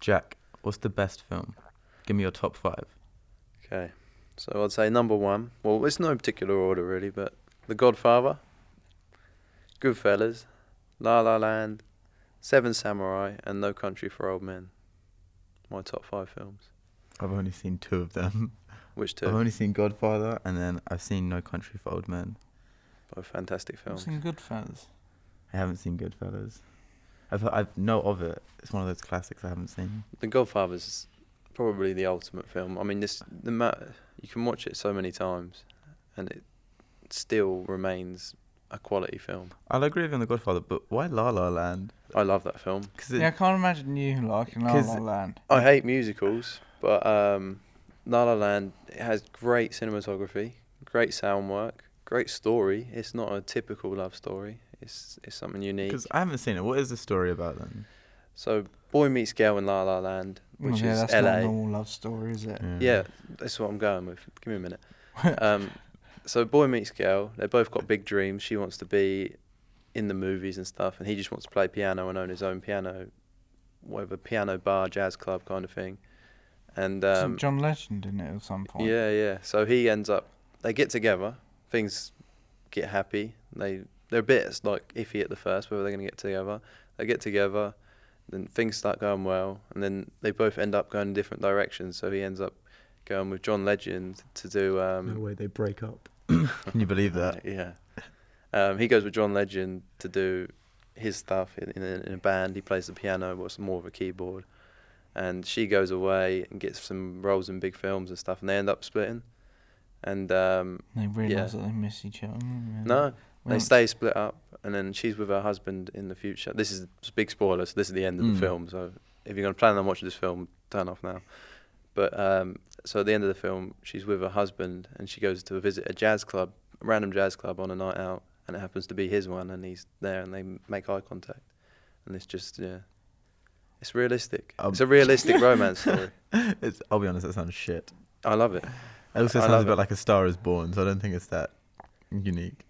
Jack, what's the best film? Give me your top five. Okay. So I'd say number one. Well, it's no particular order really, but The Godfather, Goodfellas, La La Land, Seven Samurai, and No Country for Old Men. My top five films. I've only seen two of them. Which I've two? only seen Godfather, and then I've seen No Country for Old Men. Both fantastic films. Some good fans. I haven't seen Goodfellas. I've I've know of it. It's one of those classics I haven't seen. The Godfather's probably the ultimate film. I mean, this the ma- you can watch it so many times, and it still remains a quality film. I'll agree with you on The Godfather, but why La La Land? I love that film. Because yeah, I can't imagine you liking La 'Cause- La Land. I hate musicals, but um, La La Land it has great cinematography, great sound work, great story. It's not a typical love story. It's it's something unique. I haven't seen it. What is the story about then? So, boy meets girl in La La Land, Well, which Oh, yeah, is that's LA. not a normal love story, is it? Yeah, that's what I'm going with. Give me a minute. um, so boy meets girl. They both got big dreams. She wants to be in the movies and stuff, and he just wants to play piano and own his own piano, whatever piano bar, jazz club kind of thing. And um, Isn't John Legend in it at some point? yeah, yeah. So he ends up. They get together. Things get happy. They they're a bit like iffy at the first whether they're going to get together. They get together. Then things start going well, and then they both end up going in different directions. So he ends up going with John Legend to do. Um, way they break up. Can you believe that? yeah. Um, he goes with John Legend to do his stuff in, in, a, in a band. He plays the piano, but it's more of a keyboard. And she goes away and gets some roles in big films and stuff, and they end up splitting. And um, They realise Yeah. that they miss each other. Mm, yeah. no, Well, they stay split up, and then she's with her husband in the future. This is it's a big spoiler, so this is the end of Mm. the film. So if you're going to plan on watching this film, turn off now. But um, so at the end of the film, she's with her husband, and she goes to visit a jazz club, a random jazz club on a night out, and it happens to be his one, and he's there, and they make eye contact, and it's just yeah, it's realistic. Um, it's a realistic romance story. It's, I'll be honest, that sounds shit. I love it. It also I sounds love a bit it. like A Star Is Born, so I don't think it's that unique.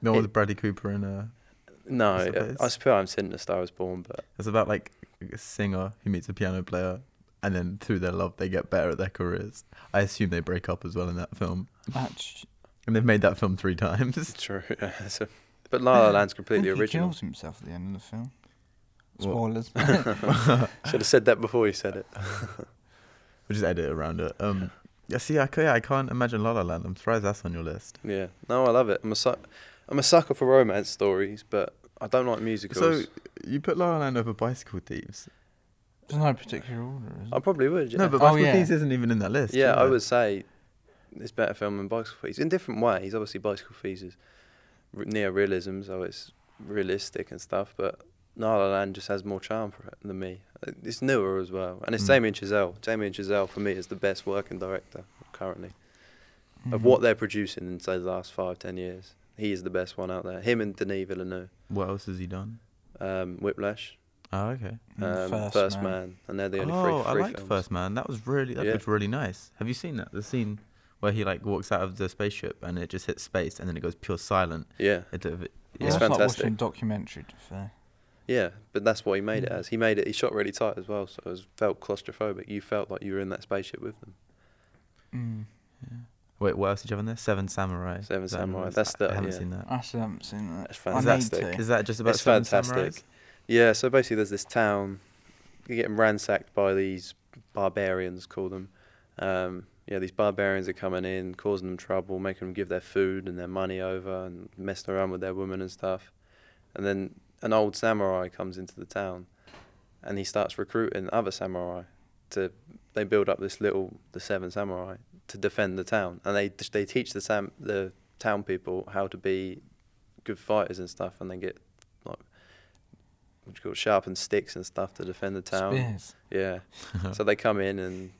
No, It- with Bradley Cooper and uh, No, That's the I, best. I suppose I'm sitting a Star Is Born, but it's about like a singer who meets a piano player, and then through their love they get better at their careers. I assume they break up as well in that film, That's and they've made that film three times. True. yeah, so- but La La Land's completely I think He original. kills himself at the end of the film. What? Spoilers. Should have said that before you said it. We'll just edit around it. Um, yeah, see, I, ca- yeah, I can't imagine La La Land. I'm surprised that's on your list. Yeah. No, I love it. I'm a suck. I'm a sucker for romance stories, but I don't like musicals. So you put La La Land over Bicycle Thieves. There's no particular order, is I it? probably would. Yeah. No, but Oh, Bicycle yeah. Thieves isn't even in that list. yeah, is I it? would say it's better film than Bicycle Thieves in different ways. Obviously, Bicycle Thieves is r- near realism, so it's realistic and stuff. But La La Land just has more charm for it than me. Uh, It's newer as well, and it's Mm. Damien Chazelle. Damien Chazelle for me is the best working director currently. Mm. of what they're producing in say the last five ten years. He is the best one out there. Him and Denis Villeneuve, What else has he done? um, Whiplash, Oh, okay. Mm, um, First, Man. and they're the only oh, three, I three liked films. First Man. That was really that Yeah. looked really nice. Have you seen that? The scene where he like walks out of the spaceship and it just hits space and then it goes pure silent. Yeah, It, it, Well, yeah. that's fantastic. like watching a documentary, to be fair. yeah, but that's what he made Mm. it as. He made it. He shot really tight as well, so it was, felt claustrophobic. You felt like you were in that spaceship with them. Mm. Wait, what else did you have in there? Seven Samurai. Seven Is that on your Samurai, list? that's the- I haven't yeah. seen that. I still haven't seen that. That's I need fantastic. to. Is that just about It's seven fantastic. samurais? Yeah, so basically, there's this town. You're getting ransacked by these barbarians, call them. Um, yeah, these barbarians are coming in, causing them trouble, making them give their food and their money over, and messing around with their women and stuff. And then an old samurai comes into the town, and he starts recruiting other samurai. To they build up this little the seven samurai to defend the town, and they they teach the sam the town people how to be good fighters and stuff, and they get like what do you call it, sharpened sticks and stuff to defend the town. Spears. Yeah. so they come in and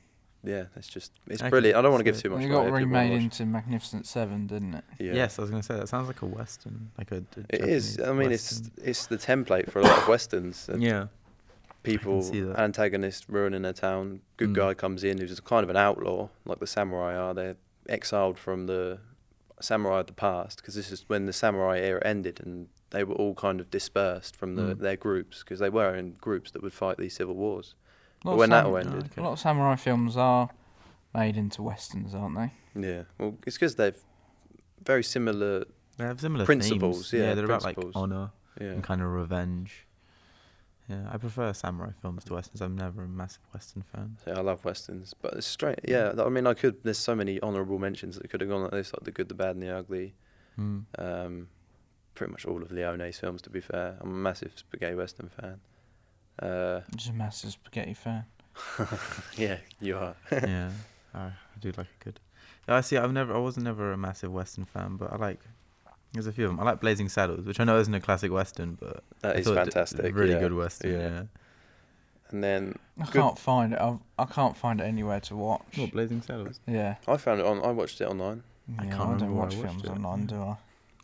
yeah, it's just it's Okay, brilliant. I don't want to give so- too much. It away got if people remade watch. into Magnificent Seven, didn't it? Yeah. Yes, I was gonna say that sounds like a western, like a. a It is. Japanese I mean, western. it's it's the template for a lot of westerns. and yeah. People, see that. antagonist ruining their town. Good Mm. guy comes in who's kind of an outlaw, like the samurai are. They're exiled from the samurai of the past because this is when the samurai era ended and they were all kind of dispersed from the, Mm. their groups because they were in groups that would fight these civil wars. A But lot of when that sam- all ended, A lot of samurai films are made into westerns, aren't they? yeah. Well, it's because they've very similar. They have similar Principles, Themes. yeah, they're about principles. like honor Yeah. and kind of revenge. Yeah, I prefer samurai films to westerns. I'm never a massive western fan. Yeah, I love westerns, but it's straight. Yeah, I mean, I could. There's so many honourable mentions that could have gone like this, like the good, the bad, and the ugly. Mm. Um, pretty much all of Leone's films, to be fair. I'm a massive spaghetti western fan. Uh, Just a massive spaghetti fan. yeah, you are. yeah, I, I do like a good. Yeah, I see. I've never, I wasn't never a massive western fan, but I like. There's a few of them. I like Blazing Saddles, which I know isn't a classic western, but That I is thought it- fantastic. Really yeah. good western. yeah. Yeah. And then I Good. can't find it. I've, I can't find it anywhere to watch. What Blazing Saddles? Yeah. I found it on. I watched it online. I yeah can't I remember don't where I watch watched films it, online, yeah. do I?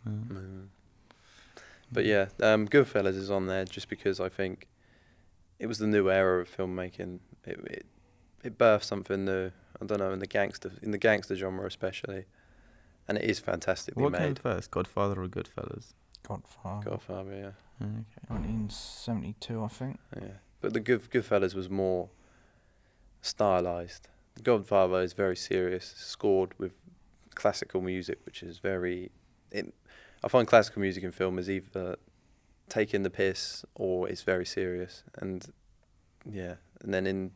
Yeah. Mm. But yeah, um, Goodfellas is on there just because I think it was the new era of filmmaking. It it, it birthed something new. I don't know in the gangster in the gangster genre especially, and it is fantastically What came made. first, Godfather or Goodfellas? Godfather. Godfather, Yeah, Okay. 1972, I think. yeah, yeah. But the Good Goodfellas was more stylized. Godfather is very serious, scored with classical music, which is very. It, I find classical music in film is either taking the piss or it's very serious, and yeah. And then in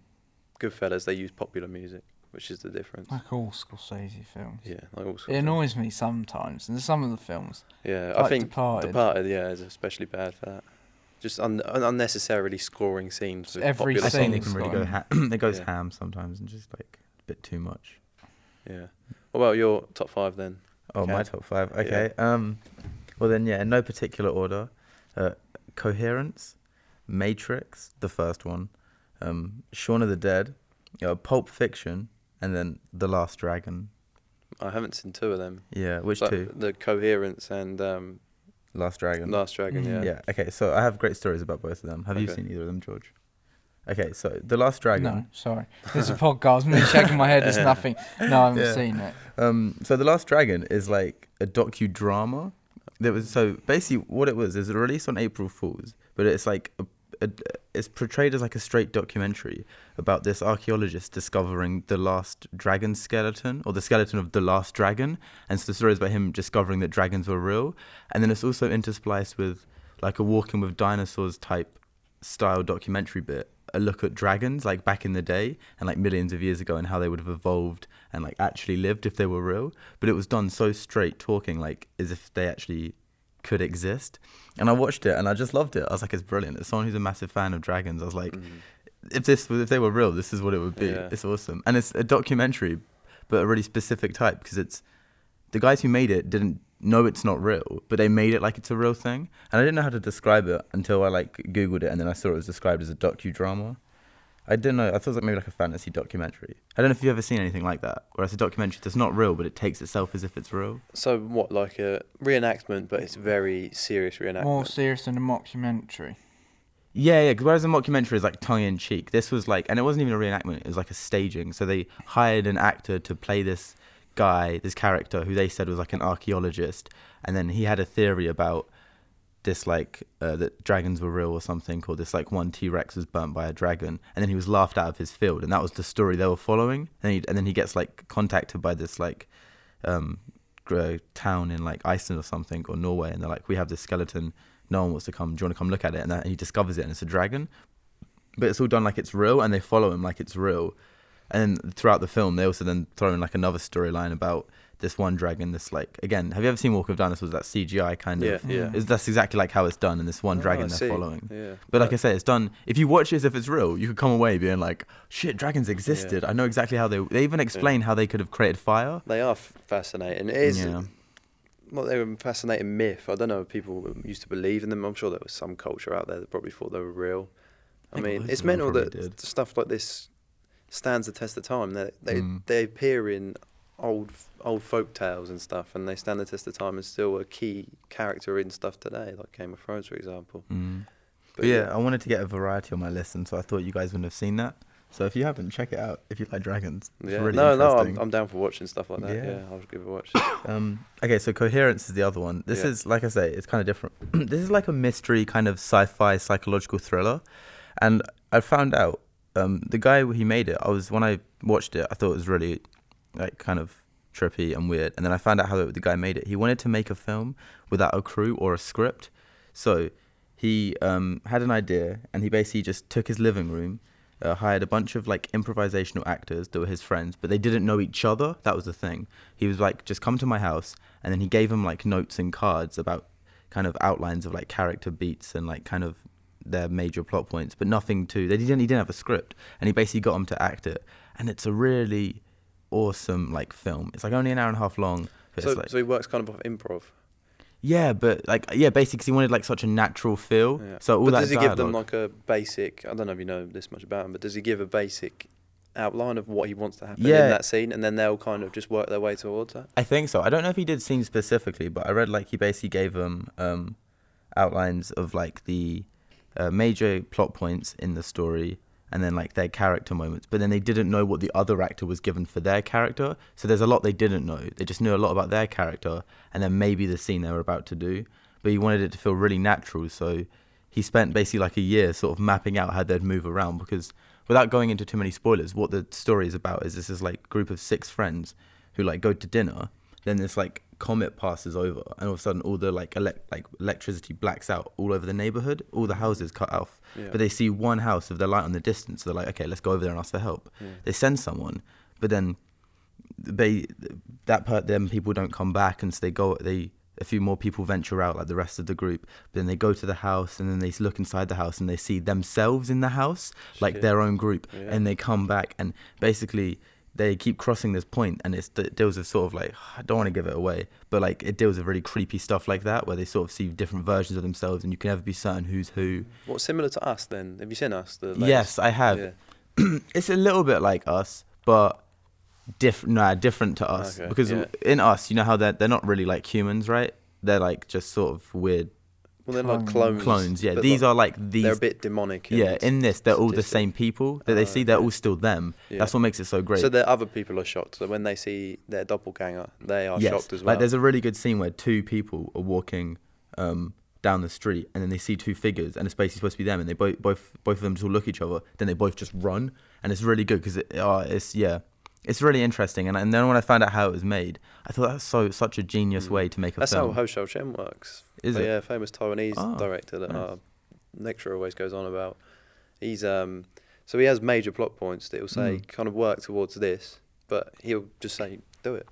Goodfellas, they use popular music, which is the difference. Like all Scorsese films. Yeah, like all Ah. It sorts of- annoys me sometimes, and some of the films. Yeah, I like think Departed. Departed, yeah, is especially bad for that. Just un- un- unnecessarily scoring scenes. With Every I popular think they Same songs. can really go. style. Ha- it goes Yeah. ham sometimes and just like a bit too much. Yeah. What about your top five then? Oh, my Okay. top five. Yeah. Okay. Um, well then, yeah, in no particular order. Uh, Coherence, Matrix, the first one, um, Shaun of the Dead, uh, Pulp Fiction, and then The Last Dragon. I haven't seen two of them. Yeah, which Like, two? The coherence and um, Last Dragon. Last Dragon. Yeah. Mm. yeah. Okay. So I have great stories about both of them. Have you Okay. seen either of them, George? Okay. So The Last Dragon. No, sorry. There's a podcast. Me shaking my head. It's nothing. No, I haven't Yeah. seen it. Um, so the Last Dragon is like a docudrama. There was so basically what it was is it released on April Fools, but it's like a, a, it's portrayed as like a straight documentary about this archaeologist discovering the last dragon skeleton or the skeleton of the last dragon, and so the story is about him discovering that dragons were real, and then it's also interspliced with like a Walking with Dinosaurs type style documentary bit a look at dragons like back in the day and like millions of years ago and how they would have evolved and like actually lived if they were real but it was done so straight talking like as if they actually could exist and i watched it and i just loved it i was like it's brilliant as someone who's a massive fan of dragons i was like if this was if they were real this is what it would be Yeah. it's awesome and it's a documentary but a really specific type because it's the guys who made it didn't know it's not real, but they made it like it's a real thing. And I didn't know how to describe it until I like googled it, and then I saw it was described as a docudrama. I didn't know. I thought it was like maybe like a fantasy documentary. I don't know if you've ever seen anything like that, where it's a documentary that's not real, but it takes itself as if it's real. So what, like a reenactment, but it's very serious reenactment. More serious than a mockumentary. Yeah, yeah. 'cause whereas a mockumentary is like tongue in cheek, this was like, and it wasn't even a reenactment. It was like a staging. So they hired an actor to play this guy, this character, who they said was like an archaeologist, and then he had a theory about this like uh, that dragons were real or something, or this like one T Rex was burnt by a dragon, and then he was laughed out of his field, and that was the story they were following. And he, and then he gets like contacted by this like um, gr- uh, town in like Iceland or something or Norway, and they're like, we have this skeleton. No one wants to come. Do you want to come look at it? And, that, and he discovers it, and it's a dragon. But it's all done like it's real, and they follow him like it's real. And then throughout the film, they also then throw in like another storyline about this one dragon. This like again, have you ever seen Walk of Dinosaurs? That CGI kind Yeah, of yeah. is that's exactly like how it's done, and this one Oh, I dragon see. they're following. Yeah. But like I said, it's done. If you watch it as if it's real, you could come away being like, "Shit, dragons existed." I know exactly how they. They even explain how they could have created fire. they are f- fascinating. It is Yeah. well, they're a fascinating myth. I don't know if people used to believe in them. I'm sure there was some culture out there that probably thought they were real. I I think mean, loads it's of them mental that probably did. stuff like this stands the test of time. They they, Mm. they appear in old old folk tales and stuff, and they stand the test of time and still a key character in stuff today, like Game of Thrones, for example. Mm. But yeah, I wanted to get a variety on my list, and so I thought you guys wouldn't have seen that. So if you haven't, check it out. If you like dragons, it's Yeah. really no, no, interesting. I'm, I'm down for watching stuff like that. Yeah, Yeah. I'll give it a watch. Um, okay, so coherence is the other one. This Yeah. is like I say, it's kind of different. this is like a mystery kind of sci-fi psychological thriller, and I found out um, the guy who made it, I was when I watched it, I thought it was really like kind of trippy and weird. And then I found out how the guy made it. He wanted to make a film without a crew or a script, so he um, had an idea and he basically just took his living room. Uh, hired a bunch of like improvisational actors that were his friends, but they didn't know each other. That was the thing. He was like, just come to my house, and then he gave them like notes and cards about kind of outlines of like character beats and like kind of their major plot points, but nothing to. They didn't. He didn't have a script, and he basically got them to act it. And it's a really awesome like film. It's like only an hour and a half long. But So, it's like, so he works kind of off improv. yeah, but like yeah, basically 'cause he wanted like such a natural feel. Yeah. So all but that does he give them dialogue- like a basic? I don't know if you know this much about him, but does he give a basic outline of what he wants to happen Yeah. in that scene, and then they'll kind of just work their way towards that? I think so. I don't know if he did scenes specifically, but I read like he basically gave them um, outlines of like the uh, major plot points in the story and then like their character moments. But then they didn't know what the other actor was given for their character. So there's a lot they didn't know. They just knew a lot about their character and then maybe the scene they were about to do. But he wanted it to feel really natural. So he spent basically like a year sort of mapping out how they'd move around because without going into too many spoilers, what the story is about is this is like group of six friends who like go to dinner. Then this like comet passes over, and all of a sudden all the like elec like electricity blacks out all over the neighborhood. All the houses cut off, Yeah. but they see one house with the light on the distance. So they're like, okay, let's go over there and ask for help. Yeah. They send someone, but then they that part then people don't come back and so they go they a few more people venture out like the rest of the group but then they go to the house and then they look inside the house and they see themselves in the house like Shit. their own group Yeah. and they come back and basically they keep crossing this point and it's it deals with sort of like I don't want to give it away but like it deals with really creepy stuff like that where they sort of see different versions of themselves and you can never be certain who's who Well, similar to us then. Have you seen us? The latest? yes I have Yeah. it's a little bit like us, but diff- nah, different to us. Okay, because yeah. in us, you know how they're, they're not really like humans, right? They're like just sort of weird Well, they're like clones. Clones. clones. Yeah, but these like, are like these. They're a bit demonic. and yeah, in this, they're all the sadistic. same people that they Oh, see. They're okay. all still them. Yeah. That's what makes it so great. So the other people are shocked. So when they see their doppelganger, they are shocked as well. Like there's a really good scene where two people are walking um, down the street and then they see two figures and it's basically supposed to be them and they both both both of them just all look at each other. Then they both just run and it's really good because it, oh, it's yeah. It's really interesting, and, and then when I found out how it was made, I thought that's so such a genius way to make a Mm. That's film. how Ho Shao Chen works. Is But it? Oh, Yeah, famous Taiwanese Ah, director that nice. our lecturer always goes on about. He's um, so he has major plot points that he'll say Mm. kind of work towards this, but he'll just say do it,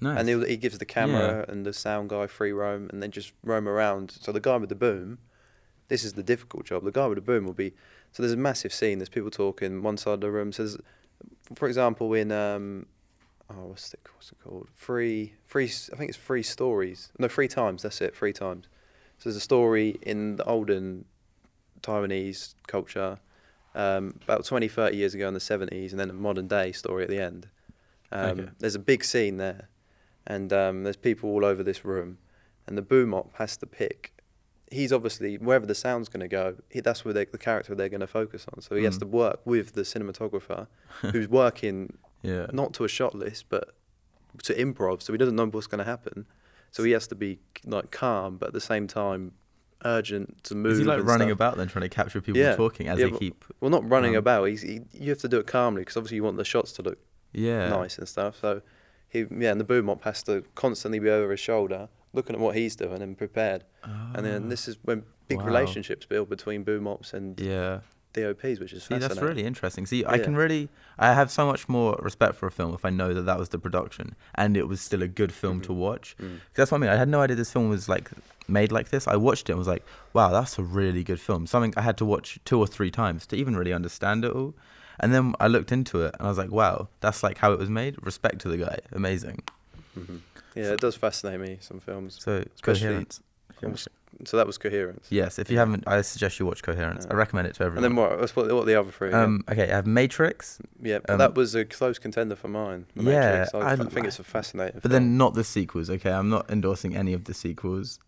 nice. and he'll, he gives the camera and the sound guy free roam, and then just roam around. So the guy with the boom, this is the difficult job. The guy with the boom will be. So there's a massive scene. There's people talking one side of the room. So there's, for example, in um, oh, what's it, what's it called? Three, three. s- I think it's three stories. No, three times. That's it. Three times. So there's a story in the olden Taiwanese culture um, about 20, 30 years ago in the 70s, and then a modern day story at the end. Um, Okay. There's a big scene there, and um, there's people all over this room, and the boom op has to pick. He's obviously wherever the sound's going to go. He, that's where they, the character they're going to focus on. So he has Mm. to work with the cinematographer, who's working yeah. not to a shot list, but to improv. So he doesn't know what's going to happen. So he has to be like calm, but at the same time urgent to move. Is he like and running stuff. about then, trying to capture people Yeah. talking as Yeah, they but- keep? Well, not running Um, about. He's, he, you have to do it calmly because obviously you want the shots to look Yeah. nice and stuff. So he, yeah, and the boom op has to constantly be over his shoulder, looking at what he's doing and prepared. And then Ah, this is when big wow. relationships build between boom ops and Yeah. DOPs, which is See, fascinating. that's really interesting. See, I Yeah. can really, I have so much more respect for a film if I know that that was the production and it was still a good film Mm-hmm. to watch. Mm. 'Cause That's what I mean. I had no idea this film was like made like this. I watched it and was like, wow, that's a really good film. Something I had to watch two or three times to even really understand it all. And then I looked into it and I was like, wow, that's like how it was made. Respect to the guy. Amazing. Mm-hmm. Yeah, it does fascinate me. Some films. So Especially- coherence. almost- So that was coherence. Yes, if you haven't, I suggest you watch Coherence. I Yeah. recommend it to And everyone. then what? That's what, what the other three? yeah. um, okay, I have Matrix, yeah, but um, that was a close contender for mine. The Yeah, Matrix. I, I- I think it's a fascinating. but film. then not the sequels. Okay, I'm not endorsing any of the sequels.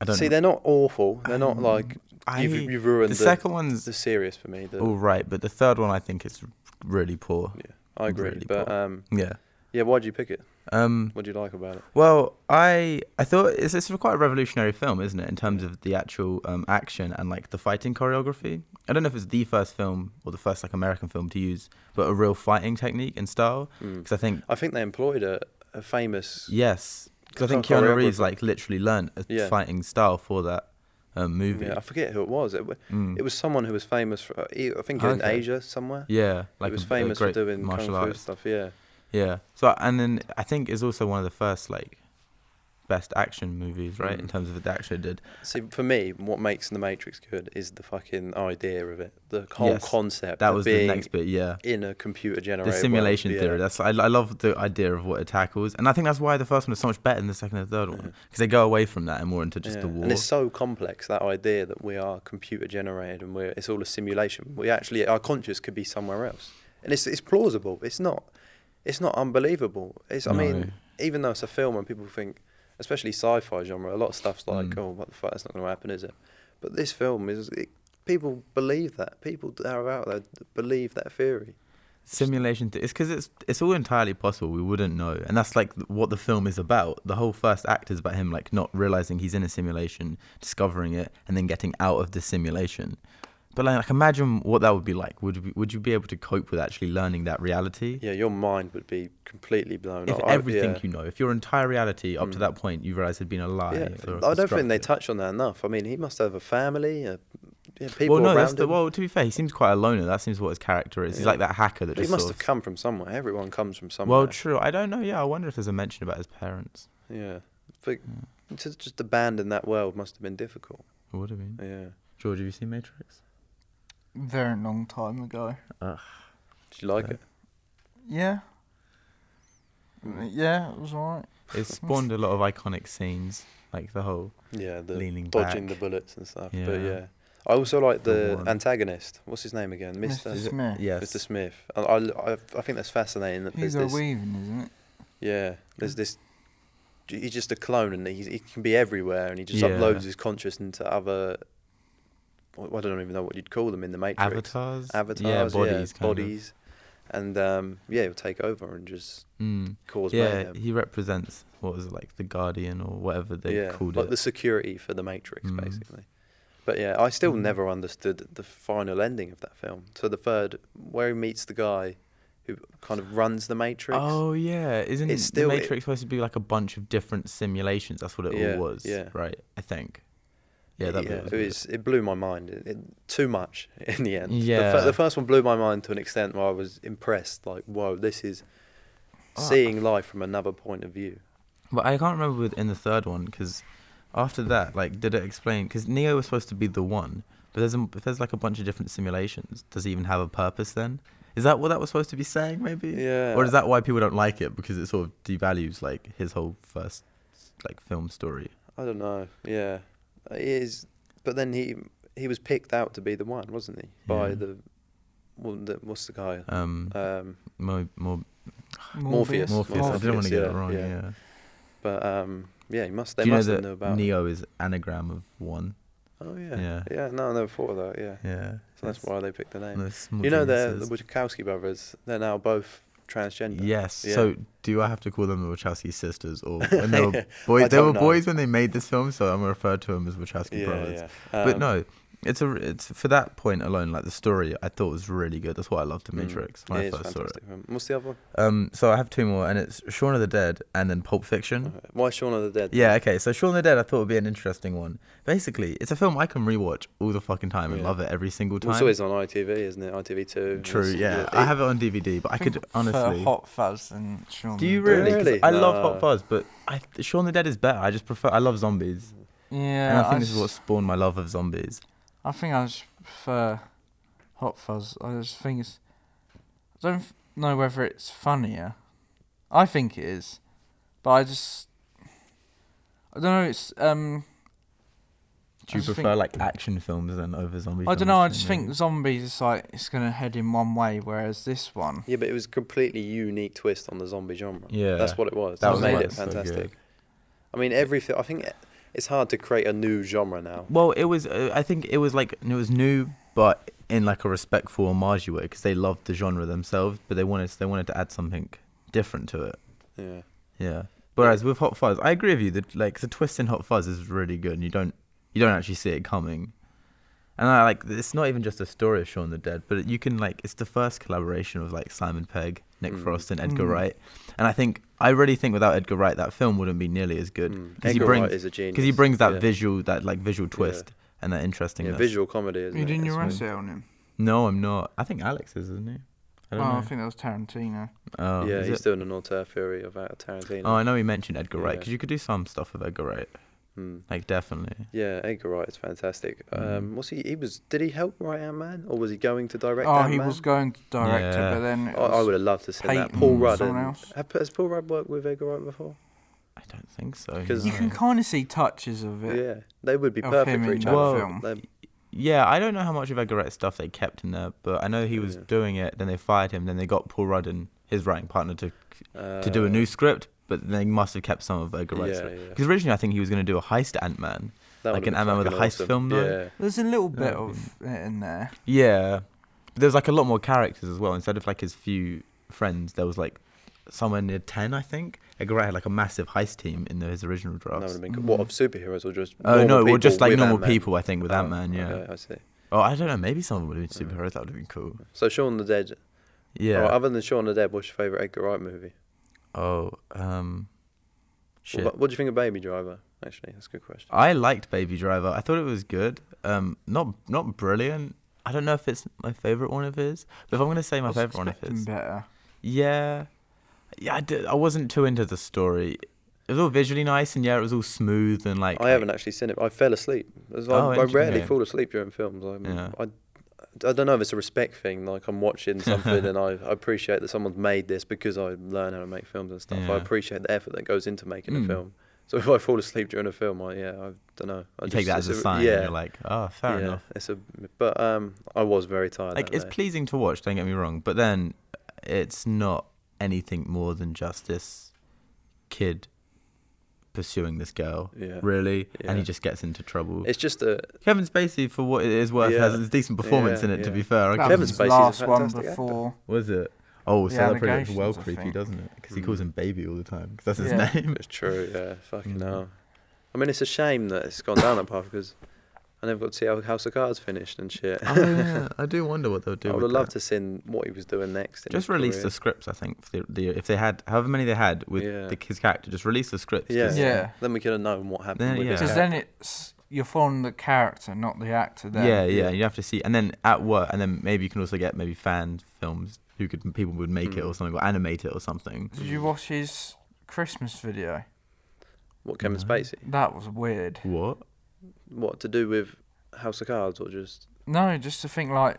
I don't see, know. Um, they're not awful. They're not like I- you've, you've ruined the the, second Oh, one's the series for me. The, all right, but the third one I think is really poor. yeah, I agree. really but poor. um, Yeah, yeah, why'd you pick it? Um, What do you like about it? well, I I thought it's, it's quite a revolutionary film, isn't it, in terms of the actual um, action and like the fighting choreography. I don't know if it's the first film or the first like American film to use, but a real fighting technique and style. Mm. Because I think I think they employed a, a famous. yes, because I think Chore- Keanu Reeves choreographer. like literally learned a Yeah. fighting style for that um, movie. Yeah, I forget who it was. It, w- Mm. it was someone who was famous for. uh, e- I think in Okay. Asia somewhere. Yeah, like it was a- a famous for great doing martial kung fu artist. stuff. Yeah, Yeah. So and then I think it's also one of the first like best action movies, right? In Mm. terms of the action it did. See, for me, what makes The Matrix good is the fucking idea of it, the whole Yes, concept. That of was the being next bit, yeah. in a computer The generated simulation world. theory. Yeah. That's I, I love the idea of what it tackles, and I think that's why the first one is so much better than the second and third one Yeah. because they go away from that and more into just Mm. Yeah. the war. And it's so complex that idea that we are computer generated and we're it's all a simulation. We actually our conscious could be somewhere else, and it's it's plausible. It's not it's not unbelievable. It's I No. mean even though it's a film and people think, especially sci-fi genre, a lot of stuff's like Mm. oh what the fuck that's not going to happen is it? But this film is it, people believe that people that are out there believe that theory. simulation th- it's because it's it's all entirely possible we wouldn't know and that's like th- what the film is about the whole first act is about him like not realizing he's in a simulation discovering it and then getting out of the simulation but like, like, imagine what that would be like would you, would you be able to cope with actually learning that reality Yeah, your mind would be completely blown. if up. I- everything yeah. you know if your entire reality up to Mm. that point you realize had been a lie Yeah, or I don't think they constructed. touch on that enough. I mean, he must have a family, uh, yeah, people well no around that's him. the well to be fair he seems quite a loner that seems what his character is he's Yeah. like that hacker that But he just must sort have of- come from somewhere. Everyone comes from somewhere. well true i don't know yeah i wonder if there's a mention about his parents yeah. But Mm. to just abandon that world must have been difficult. It would have been Yeah. george have you seen matrix Very long time ago. Did you like Yeah. it? Yeah. Mm. Yeah, it was alright. It spawned a lot of iconic scenes, like the whole. Yeah, the Leaning dodging back. the bullets and stuff. But Yeah. yeah, I also like The the one. antagonist. What's his name again? Mr. Mister. Smith. Yes. Mr. Smith. I, I, I I think that's fascinating that He's there's a this. weaving, isn't it? Yeah, there's this. He's just a clone, and he's, he can be everywhere, and he just Yeah. uploads his consciousness into other. I don't even know what you'd call them in the Matrix. Avatars. Avatars, Yeah, bodies. kind of. bodies, and um, yeah, he'll take over and just Mm. cause Yeah, mayhem. he represents what was it like the Guardian or whatever they yeah, called like it. the security for the Matrix, Mm. basically. But yeah, I still Mm. never understood the final ending of that film. So the third, where he meets the guy who kind of runs the Matrix. Oh yeah, isn't It's still- the it- Matrix supposed to be like a bunch of different simulations? That's what it Yeah, all was, yeah. right? I think. Yeah, that bit was it weird. was. It blew my mind. It, it- too much in the end. the, Yeah. fir- the first one blew my mind to an extent where I was impressed. Like, whoa, this is Oh, I- seeing life from another point of view. But I can't remember with, in the third one because after that, like, did it explain? Because Neo was supposed to be the one, but there's a, if there's like a bunch of different simulations, does he even have a purpose then? Is that what that was supposed to be saying? Maybe. Yeah. Or is that why people don't like it because it sort of devalues like his whole first like film story? I don't know. Yeah, it is. But then he he was picked out to be the one, wasn't he? By Yeah. the, well, the what's the guy? Um, Um, more, more Morpheus. Morpheus. I didn't want to Morpheus, get it yeah, wrong. Yeah. yeah. but um, yeah, he must. They Do you know must have known that about. Neo is anagram of one? Oh yeah. Yeah. yeah. No, I never thought of that. Yeah. Yeah. So that's why they picked the name. Those small You know the the geniuses. Wachowski brothers. They're now both transgender. Yes. Yeah. So do I have to call them the Wachowski sisters or when they were boys? I They were don't know. boys when they made this film, so I'm gonna refer to them as Wachowski brothers. but Um, no, it's a it's for that point alone. Like the story, I thought was really good. That's why I loved The mm, Matrix when it I is first saw it. fantastic film. What's the other one? Um, so I have two more, and it's Shaun of the Dead and then Pulp Fiction. Okay. Why Shaun of the Dead? Hmm? Yeah, okay. So Shaun of the Dead, I thought would be an interesting one. Basically, it's a film I can rewatch all the fucking time and Yeah. love it every single time. Well, it's always on ITV, isn't it? ITV two. True. Yeah, I have it on DVD, but I think could for honestly. Hot Fuzz and Sean. Do you Dead. really? 'Cause Really? I love Hot Nah. Fuzz, but I, Shaun the Dead is better. I just prefer. I love zombies, Yeah. and I think this s- is what spawned my love of zombies. I think I just prefer Hot Fuzz. I just think it's. I don't f- know whether it's funnier. I think it is, but I just. I don't know. It's um. Do you just prefer think- like action films then over zombie? I don't films know. I in just general? think zombies is like it's gonna head in one way, whereas this one. Yeah, but it was a completely unique twist on the zombie genre. Yeah. That's what it was. That That was made why it it's so good. fantastic. I mean, everything. I think it- it's hard to create a new genre now. Well, it was. Uh, I think it was like it was new, but in like a respectful homage way because they loved the genre themselves, but they wanted they wanted to add something different to it. Yeah. Yeah. Whereas with Hot Fuzz, I agree with you that like the twist in Hot Fuzz is really good, and you don't you don't actually see it coming. And I like it's not even just a story of Shaun the Dead, but you can like it's the first collaboration with like Simon Pegg, Nick Mm. Frost, and Edgar Mm. Wright. And I think I really think without Edgar Wright, that film wouldn't be nearly as good Mm. because he Edgar brings Wright is a genius. because he brings that yeah. visual that like visual twist and that Yeah, interesting. visual comedy, isn't You it? doing It's your weird. essay on him? No, I'm not. I think Alex is, isn't he? I Oh, don't I know. think that was Tarantino. Oh, yeah, is he's it? doing an auteur theory about Tarantino. Oh, I know he mentioned Edgar Wright Yeah. because you could do some stuff with Edgar Wright, Mm. like definitely. Yeah, Edgar Wright is fantastic. Mm. Um, was he? He was. Did he help write Ant Man, or was he going to direct? Oh, Ant-Man? he was going to direct Yeah. it, but then it I, I was- would have loved to see that. Peyton Paul or Rudd. someone and- else. have- has Paul Rudd worked with Edgar Wright before? I don't think so. Because- you no. can kind of see touches of it. Yeah, they would be Of perfect him for in each that other. film. They- Yeah, I don't know how much of Edgar Wright's stuff they kept in there, but I know he was Yeah. doing it. Then they fired him. Then they got Paul Rudd and his writing partner to to do a uh, new script, but they must have kept some of Edgar Wright's. yeah, stuff. yeah. Because originally I think he was going to do a heist Ant Man. That like would've an been Ant-Man with a fucking heist film, though. Yeah. There's a little bit That would be- of it in there. Yeah, but there's like a lot more characters as well. Instead of like his few friends, there was like somewhere near ten, I think. Edgar Wright had like a massive heist team in his original That would drafts. have been cool. What of superheroes or just? Oh normal no, well just people like with normal Ant-Man? people, I think, with Oh, Ant Man. Yeah. okay, Oh, I see. Oh, I don't know. Maybe some would have been superheroes. That would have been cool. So Shaun the Dead. Yeah. alright, other than Shaun the Dead, what's your favourite Edgar Wright movie? Oh, um, shit. What, what do you think of Baby Driver? Actually, that's a good question. I liked Baby Driver. I thought it was good. Um, not not brilliant. I don't know if it's my favorite one of his, but if I'm gonna say my I was favorite one of expecting his, better. yeah, yeah, I, did, I wasn't too into the story. It was all visually nice, and yeah, it was all smooth and like. I haven't actually seen it. but I fell asleep. As I, Oh, I rarely interesting. fall asleep during films. I'm, Yeah. I, I don't know if it's a respect thing. Like I'm watching something and I, I appreciate that someone's made this because I learn how to make films and stuff. Yeah. I appreciate the effort that goes into making Mm. a film. So if I fall asleep during a film, I yeah, I don't know. I You take that as it's a sign. Yeah, and you're like, oh, fair yeah, enough. It's a but um, I was very tired. Like that it's day. pleasing to watch. Don't get me wrong, but then it's not anything more than just this kid pursuing this girl. Yeah. Really, and he Yeah. just gets into trouble. it's just a Kevin Spacey, for what it is worth, Yeah. has a decent performance Yeah, in it. To yeah. be fair, I That give Kevin was him- his Spacey's a last one fantastic actor. before. was it? Oh, so Yeah, that pretty Allegations, well I creepy, think. doesn't it? Because he calls Mm. him baby all the time because that's his Yeah. name. It's true, yeah. Fucking Mm. hell. I mean, it's a shame that it's gone down that path because I never got to see how House of Cards finished and shit. oh, yeah. I do wonder what they'll do. I would with have loved that. to seen what he was doing next. in Just his release career. the scripts. I think for the, the, if they had however many they had with Yeah. the, his character, just release the scripts. Yeah. 'cause- Yeah. Then we could have known what happened. Then- with his yeah. Because then it's you're following the character, not the actor. Then. yeah, yeah, You have to see, and then at work, and then maybe you can also get maybe fan films who could people would make it Mm. or something or animate it or something. Did you watch his Christmas video? What Kevin No. Spacey? That was weird. What? What to do with House of Cards or just? No, just to think like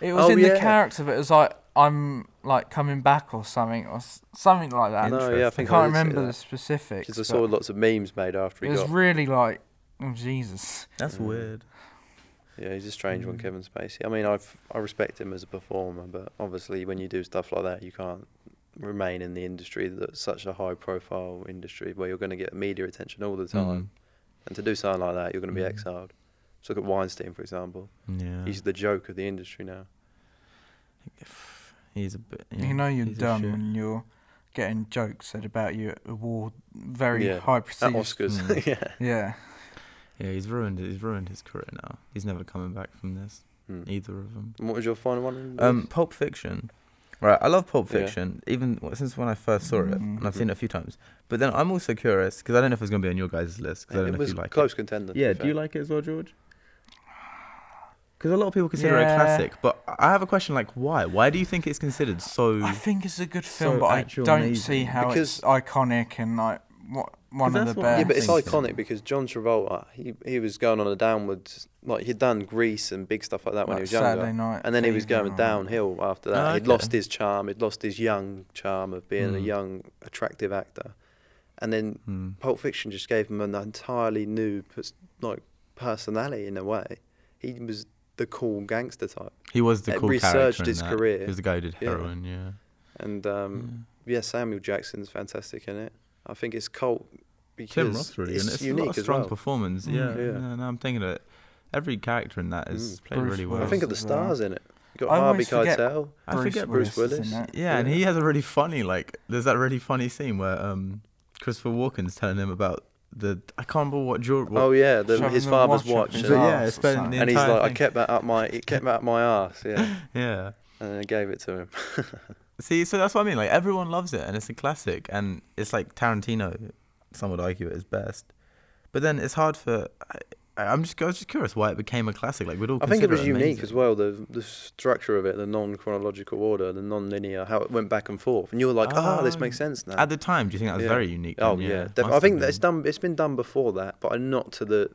it was Oh, in the yeah. character, but it was like I'm like coming back or something or s- something like that. No, yeah, I Interesting. I think can't did see remember the that. specifics. 'Cause I but saw lots of memes made after it he was got. really like, oh Jesus. That's Mm. weird. yeah, he's a strange one, Mm. Kevin Spacey. I mean, I I respect him as a performer, but obviously, when you do stuff like that, you can't remain in the industry that's such a high profile industry where you're going to get media attention all the Hmm. time. And to do something like that, you're going to be Mm. exiled. So look at Weinstein, for example. Mm. Yeah. He's the joke of the industry now. He's a bit. You know you're he's a dumb shit. when you're getting jokes said about you at award very Yeah, high At prestige. Oscars, Mm. yeah. Yeah. Yeah, he's ruined. He's ruined his career now. He's never coming back from this. Mm. Either of them. And what was your final one? Um, Pulp Fiction. Right, I love Pulp Yeah. Fiction. Even Even since when I first saw it, Mm. and I've Mhm. seen it a few times. But then I'm also curious because I don't know if it's going to be on your guys' list. Because I don't it know if was you like close contender. it. to Yeah, be do you fair. like it as well, George? Because a lot of people consider it a Yeah. classic, but I have a question like, why? Why do you think it's considered so? I think it's a good film, So but I actual don't see amazing. how Because- it's iconic and like what one of that's the what I best. Yeah, but it's think so. iconic because John Travolta, he he was going on a downward, like he'd done Grease and big stuff like that when Like he was younger, Saturday night. and then he was Fever going or- downhill after that. Oh, He'd okay. lost his charm, he'd lost his young charm of being a Mm. young, attractive actor, and then Hmm. Pulp Fiction just gave him an entirely new pers- like personality in a way. He was the cool gangster type, He was the It cool character resurged in his that. career. He was the guy who did Yeah. heroin. Yeah. and um, yeah, Samuel Jackson's fantastic in it. I think it's cult Tim because Roth really, it's, and it's a lot unique of as strong well. performance. Mm. Yeah, Yeah. No, no, I'm thinking of it. Every character in that is Mm. played Bruce really well. I Willis think of the as well. stars in it. You got I Harvey always forget- Keitel. I forget Bruce is in Willis. it. yeah, and Yeah. he has a really funny like. There's that really funny scene where um Christopher Walken's telling him about the I can't remember what jewelry. Oh yeah, the, Shoving his the father's watch watch. up his so and- arse yeah, or it's spent the something. and he's entire like, I thing- kept that up my, it kept that up my ass, yeah, yeah. and I gave it to him. See, so that's what I mean. Like everyone loves it, and it's a classic, and it's like Tarantino. Some would argue it is best, but then it's hard for. I, I'm just I was just curious why it became a classic. Like we'd all. I think it consider was unique amazing. as well. The the structure of it, the non-chronological order, the non-linear, how it went back and forth, and you were like, ah, this Oh. makes sense now. At the time, do you think that was Yeah. very unique? oh then? yeah, It def- must I have think been. that it's done. It's been done before that, but not to the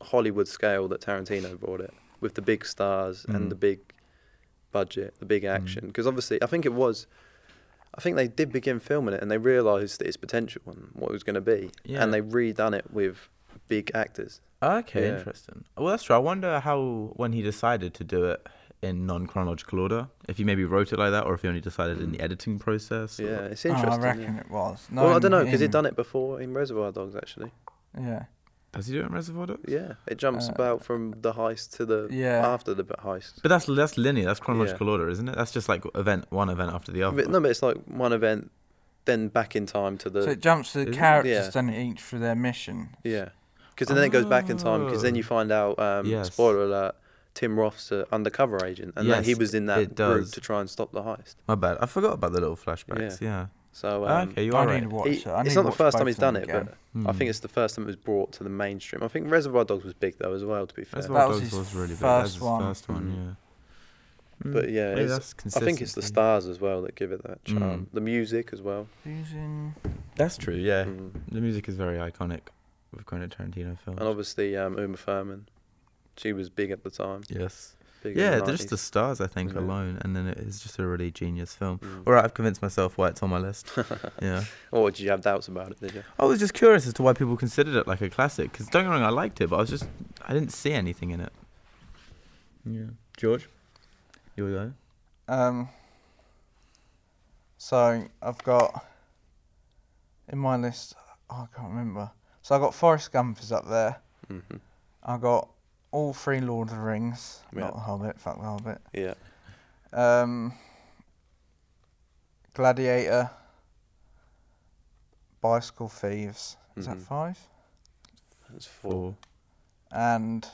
Hollywood scale that Tarantino brought it with the big stars Mm. and the big budget, the big action. Because obviously, I think it was. I think they did begin filming it, and they realised its potential and what it was going to be, Yeah. and they redone it with big actors. Okay, Yeah. interesting. Well, that's true. I wonder how when he decided to do it in non-chronological order, if he maybe wrote it like that, or if he only decided in the editing process. or- Yeah, it's Oh, interesting. I yeah. reckon it was. No, well, I don't know because he'd done it before in Reservoir Dogs, actually. Yeah. Does he do it in Reservoir Dogs? Yeah, it jumps Uh, about from the heist to the yeah. after the b- heist. But that's that's linear. That's chronological order, isn't it? That's just like event one event after the other. But, no, but it's like one event, then back in time to the So it jumps to the Is it? characters, Yeah. then each for their mission. yeah, because then it goes back in time because then Oh. you find out. Um, Yes. Spoiler alert: Tim Roth's an undercover agent, and that he Yes, was in it that does. group to try and stop the heist. My bad. I forgot about the little flashbacks. Yeah. So um, okay, you are I need right. to watch he- it. I need it's to not the watch first both time he's of them done it, again. but Hmm. I think it's the first time it was brought to the mainstream. I think Reservoir Dogs was big though as well. To be fair, Reservoir That was Dogs his was really big. first That was his one. first one. Mm. Yeah. Mm. but yeah, Maybe it's- that's I think it's the consistency. stars as well that give it that Hmm. charm. The music as well. Using- That's true. Yeah. Mm. The music is very iconic with Quentin Tarantino films. And obviously, um, Uma Thurman. She was big at the time. yes. Big Yeah, in they're the just the stars, I think, Yeah. alone, and then it is just a really genius film. 90s. Mm. All right, I've convinced myself why it's on my list. yeah. Or did you have doubts about it? Did you? I was just curious as to why people considered it like a classic. Because don't get me wrong, I liked it, but I was just I didn't see anything in it. Yeah, George, you go. Um, so I've got in my list. oh, I can't remember. So I got Forrest Gump is up there. Mm-hmm. I got all three Lord of the Rings. Yeah. Not the Hobbit. Fuck the Hobbit. Yeah. Um, Gladiator. Bicycle Thieves. Is that Mhm. five? That's four. And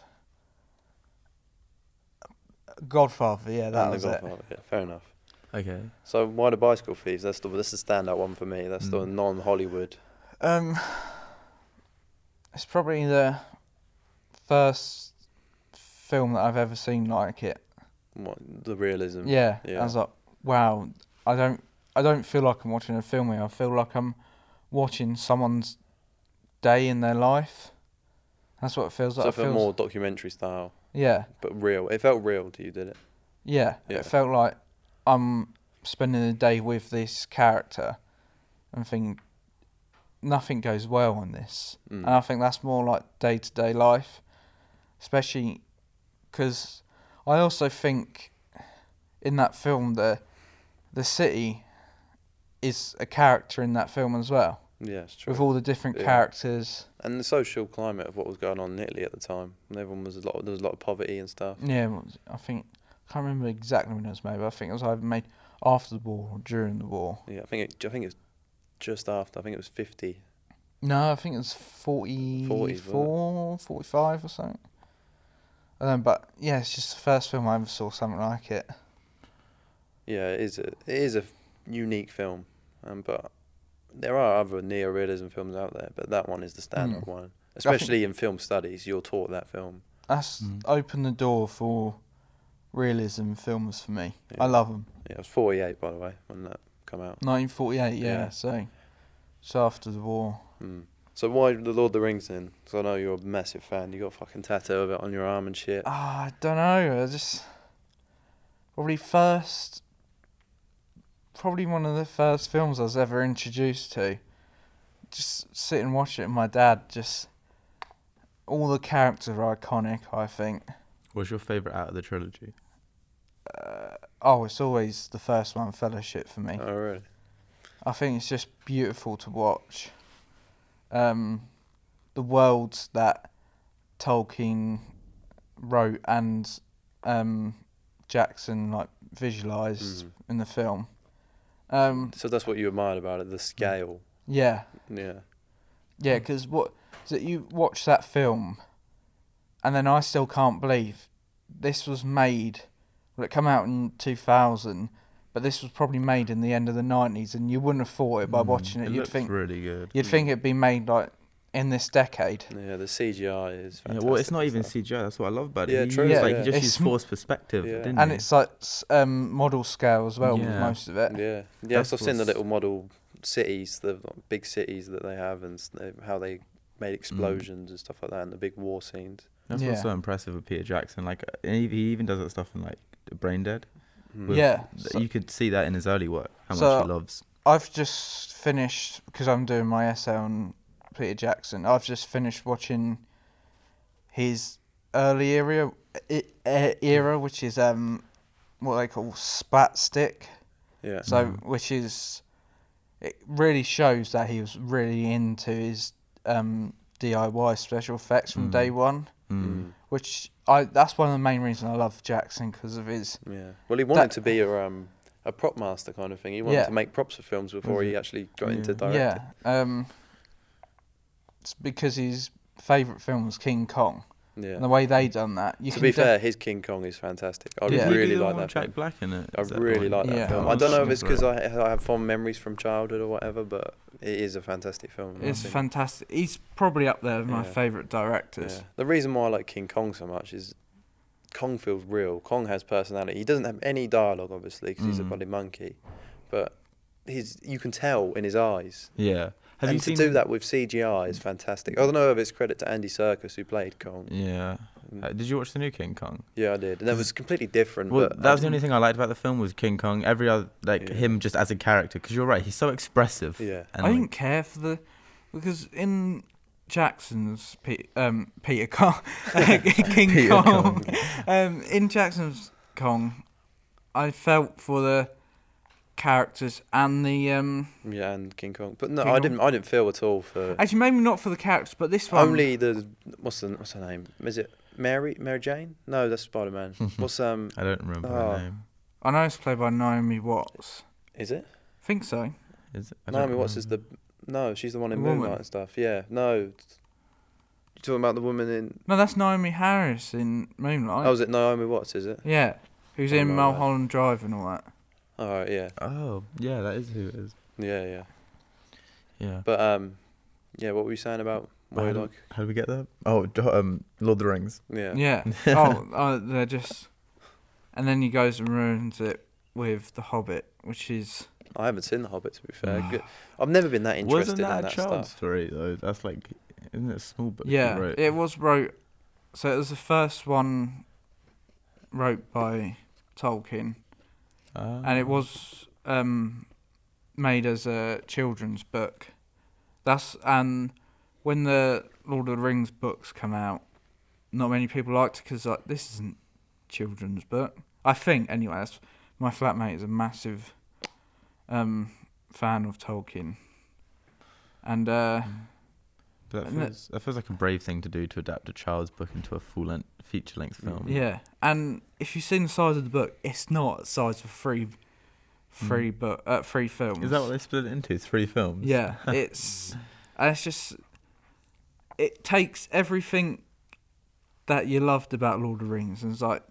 Godfather. Yeah, that and was the it. Godfather. Yeah, fair enough. Okay. So why the bicycle thieves? That's the that's the standout one for me. That's the Mm. non-Hollywood. Um, it's probably the first film that I've ever seen like it. What the realism? Yeah, I Yeah. was like, wow, I don't, I don't feel like I'm watching a film here. I feel like I'm watching someone's day in their life. That's what it feels So like. I It felt feels- more documentary style, Yeah, but real. It felt real to you, did it? yeah, Yeah. It felt like I'm spending the day with this character, and think nothing goes well in this. Mm. and I think that's more like day to day life, especially because I also think in that film the the city is a character in that film as well, yeah, it's with true. all the different Yeah. characters. And the social climate of what was going on in Italy at the time. And everyone was a lot. There was a lot of poverty and stuff. Yeah, what was it? I think I can't remember exactly when it was made, but I think it was either made after the war or during the war. Yeah, I think it. I think it's just after. I think it was fifty. No, I think it was 44, 45 or something. Um, but yeah, it's just the first film I ever saw something like it. Yeah, it is a it is a f- unique film, um, but there are other neorealism films out there, but that one is the standout Hmm. one. Especially in film studies, you're taught that film. That's Mm. opened the door for realism films for me. Yeah. I love them. Yeah, it was 48, by the way, when that come out. 1948, yeah, Yeah. So, so after the war. Mm. So why the Lord of the Rings then? Because I know you're a massive fan. You got a fucking tattoo of it on your arm and shit. Ah, I don't know. I just probably first, probably one of the first films I was ever introduced to. Just sit and watch it, and my dad just all the characters are iconic. I think. What's your favorite out of the trilogy? Oh, it's always the first one, Fellowship, for me. Oh really? I think it's just beautiful to watch. Um, the worlds that Tolkien wrote and um, Jackson like visualized Mhm. Mm-hmm. in the film. Um, Hmm. So that's what you admired about it, the scale. yeah, Yeah. Mm. Yeah, because what is it? You watch that film, and then I still can't believe this was made. Well, it come out in two thousand, but this was probably made in the end of the nineties, and you wouldn't have thought it by watching it. Mm. It you'd looks think really good. you'd think it'd be made like in this decade. Yeah, the CGI is. Yeah, Fantastic well, it's not even So. CGI. That's what I love about it. Yeah, he true, used, like, yeah. he just It's used sm- forced perspective, Yeah. didn't And he? it's like s- um, model scale as well with Yeah. most of it. Yeah, yeah. That's So I've seen the what's- little model cities, the big cities that they have, and s- they- how they made Mm. explosions and stuff like that, and the big war scenes. That's Yeah. what's so impressive with Peter Jackson. Like uh, he he even does that stuff in like Brain Dead. Mm. with- Yeah, th- so- you could see that in his early work how So- much he loves. I've just finished because I'm doing my essay on Peter Jackson. I've just finished watching his early era, e- e- era which is um, what they call spat stick. Yeah. So, Mm-hmm. which is it really shows that he was really into his um, DIY special effects from day one. Mm. Which I that's one of the main reasons I love Jackson because of his Yeah. Well, he wanted That- to be a um, a prop master kind of thing. He wanted Yeah. Mm-hmm. Mm. to make props for films before he actually got into directing. Yeah, um, it's because his favourite film was King Kong, Yeah. and the way they done that. You to can be def- fair, his King Kong is fantastic. I Yeah. Did he do really the like one with that. Jack film. Black in it. I Is that the really one? like that Yeah. film. I don't know if it's because I, I have fond memories from childhood or whatever, but it is a fantastic film. and I It's think- fantastic. He's probably up there with my Yeah. favourite directors. Yeah. The reason why I like King Kong so much is Kong feels real. Kong has personality. He doesn't have any dialogue, obviously, because he's a Mm. bloody monkey. But his, you can tell in his eyes. Yeah. Have and you to seen do that with CGI is fantastic. I don't know if it's credit to Andy Serkis who played Kong. Yeah. Uh, did you watch the new King Kong? Yeah, I did. And that was completely different. Well, but I that was the didn't- only thing I liked about the film was King Kong. Every other, like Yeah. him, just as a character. Because you're right, he's so expressive. Yeah. And I like, didn't care for the because in Jackson's Pe- um, Peter Kong, King Peter Kong, Um, in Jackson's Kong, I felt for the characters and the um, Yeah, and King Kong. But no, King I Kong. didn't. I didn't feel at all for actually maybe not for the characters, but this one only the what's the what's her name? Is it Mary? Mary Jane? No, that's Spider Man. what's um? I don't remember Oh. her name. I know it's played by Naomi Watts. Is it? think so. Is it? I don't Naomi Watts is the remember. no. She's the one in The woman. Moonlight and stuff. Yeah. No. You talking about the woman in? No, that's Naomi Harris in Moonlight. Oh, is it Naomi Watts? Is it? yeah, who's I in know that. Mulholland Drive and all that. All right. Yeah. Oh, yeah, that is who it is. Yeah. Yeah. Yeah. But um, yeah. What were you saying about I why you don't- like? How do we get there? Oh, d- um, Lord of the Rings. Yeah. Yeah. oh, oh, they're just. And then he goes and ruins it with The Hobbit, which is. I haven't seen The Hobbit to be fair. Good. I've never been that interested Wasn't that in a that child stuff. story though? That's like, isn't it a small book? he yeah, wrote? it was wrote. So it was the first one wrote by Tolkien, Ah. and it was um, made as a children's book. That's and when the Lord of the Rings books come out, not many people liked it because like this isn't children's book. I think anyway. That's, my flatmate is a massive um, fan of Tolkien, and uh, But that And that- feels, that feels like a brave thing to do to adapt a child's book into a full length feature length film. Yeah, and if you've seen the size of the book, it's not the size of three, three book, uh, three films. Hmm. Is that what they split it into? Three films? Yeah, it's, and it's just, it takes everything that you loved about Lord of the Rings, and it's like,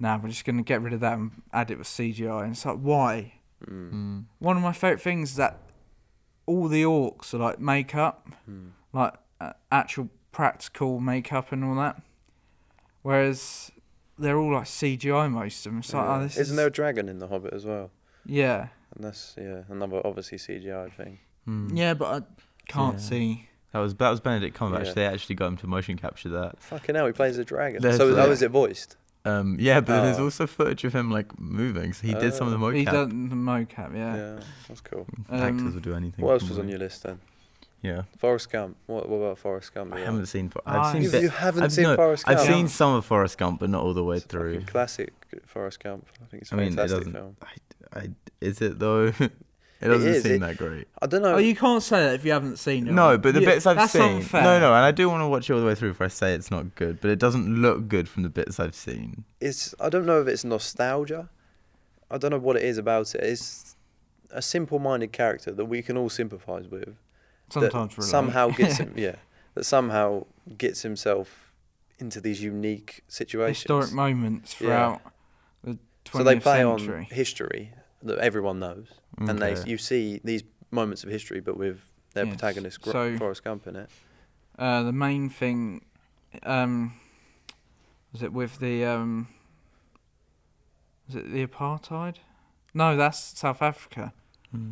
nah, we're just gonna get rid of that and add it with CGI, and it's like, why? Mm. One of my favorite things is that all the orcs are like makeup, mm. like uh, actual practical makeup and all that, whereas. They're all like CGI, most of them. It's like, Yeah. oh, this Isn't is- there a dragon in The Hobbit as well? Yeah. And that's yeah another obviously CGI thing. Mm. Yeah, but I can't Yeah. see. That was that was Benedict Cumberbatch. Yeah. They actually got him to motion capture that. Fucking hell, he plays a dragon. There's so the- oh, is it voiced? Um, yeah, but there's Oh. also footage of him like moving. So he did some of the Oh. mocap. He done the mocap, yeah. Yeah, that's cool. Actors Um, will do anything. What else for was on money. your list then? Yeah, Forrest Gump. What, what about Forrest Gump? I Ian? haven't seen. Fo- Ah, I've seen. You, bit- you haven't I've, seen no, Forrest Gump. I've seen some of Forrest Gump, but not all the way It's a fucking through. Classic Forrest Gump. I think it's a I mean, it fantastic doesn't- film. I, is it though? it doesn't is, seem it- that great. I don't know. Oh, you can't say that if you haven't seen it. No, but the You- bits I've that's seen. Unfair. No, no, and I do want to watch it all the way through before I say it's not good, but it doesn't look good from the bits I've seen. It's I don't know if it's nostalgia. I don't know what it is about it. It's a simple-minded character that we can all sympathise with, that Sometimes relate. somehow gets him yeah that somehow gets himself into these unique situations. historic moments Yeah. throughout the 20th so they play on century. history that everyone knows, and they Okay. you see these moments of history, but with their Yes. protagonist Gr- So- Forrest Gump in it. Uh, the main thing, um, was it with the um, was it the apartheid? No, that's South Africa.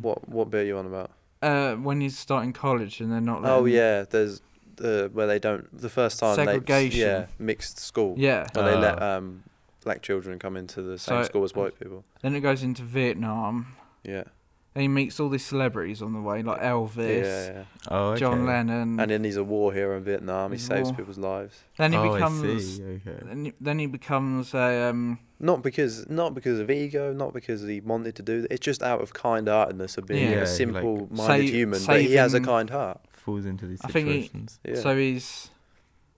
What what bit are you on about? Uh, when you're starting college and they're not. oh letting- yeah, there's the where they don't the first time Segregation. They, yeah, mixed school. Yeah. Where they let Oh. um black children come into the same So- mm. school as white people. Then it goes into Vietnam. Yeah. And he meets all these celebrities on the way, like Yeah, Elvis, yeah, yeah. Oh, okay. John Lennon. And then he's a war hero in Vietnam. He He's a saves war- people's lives. then he oh, I becomes. see. Okay. Then he, then he becomes a um, Not because not because of ego, not because he wanted to do that. It's just out of kind heartedness of being Yeah. Yeah, a like, simple minded save- human. But he has a saving- kind heart. Falls into these I think he- situations. Yeah. So he's,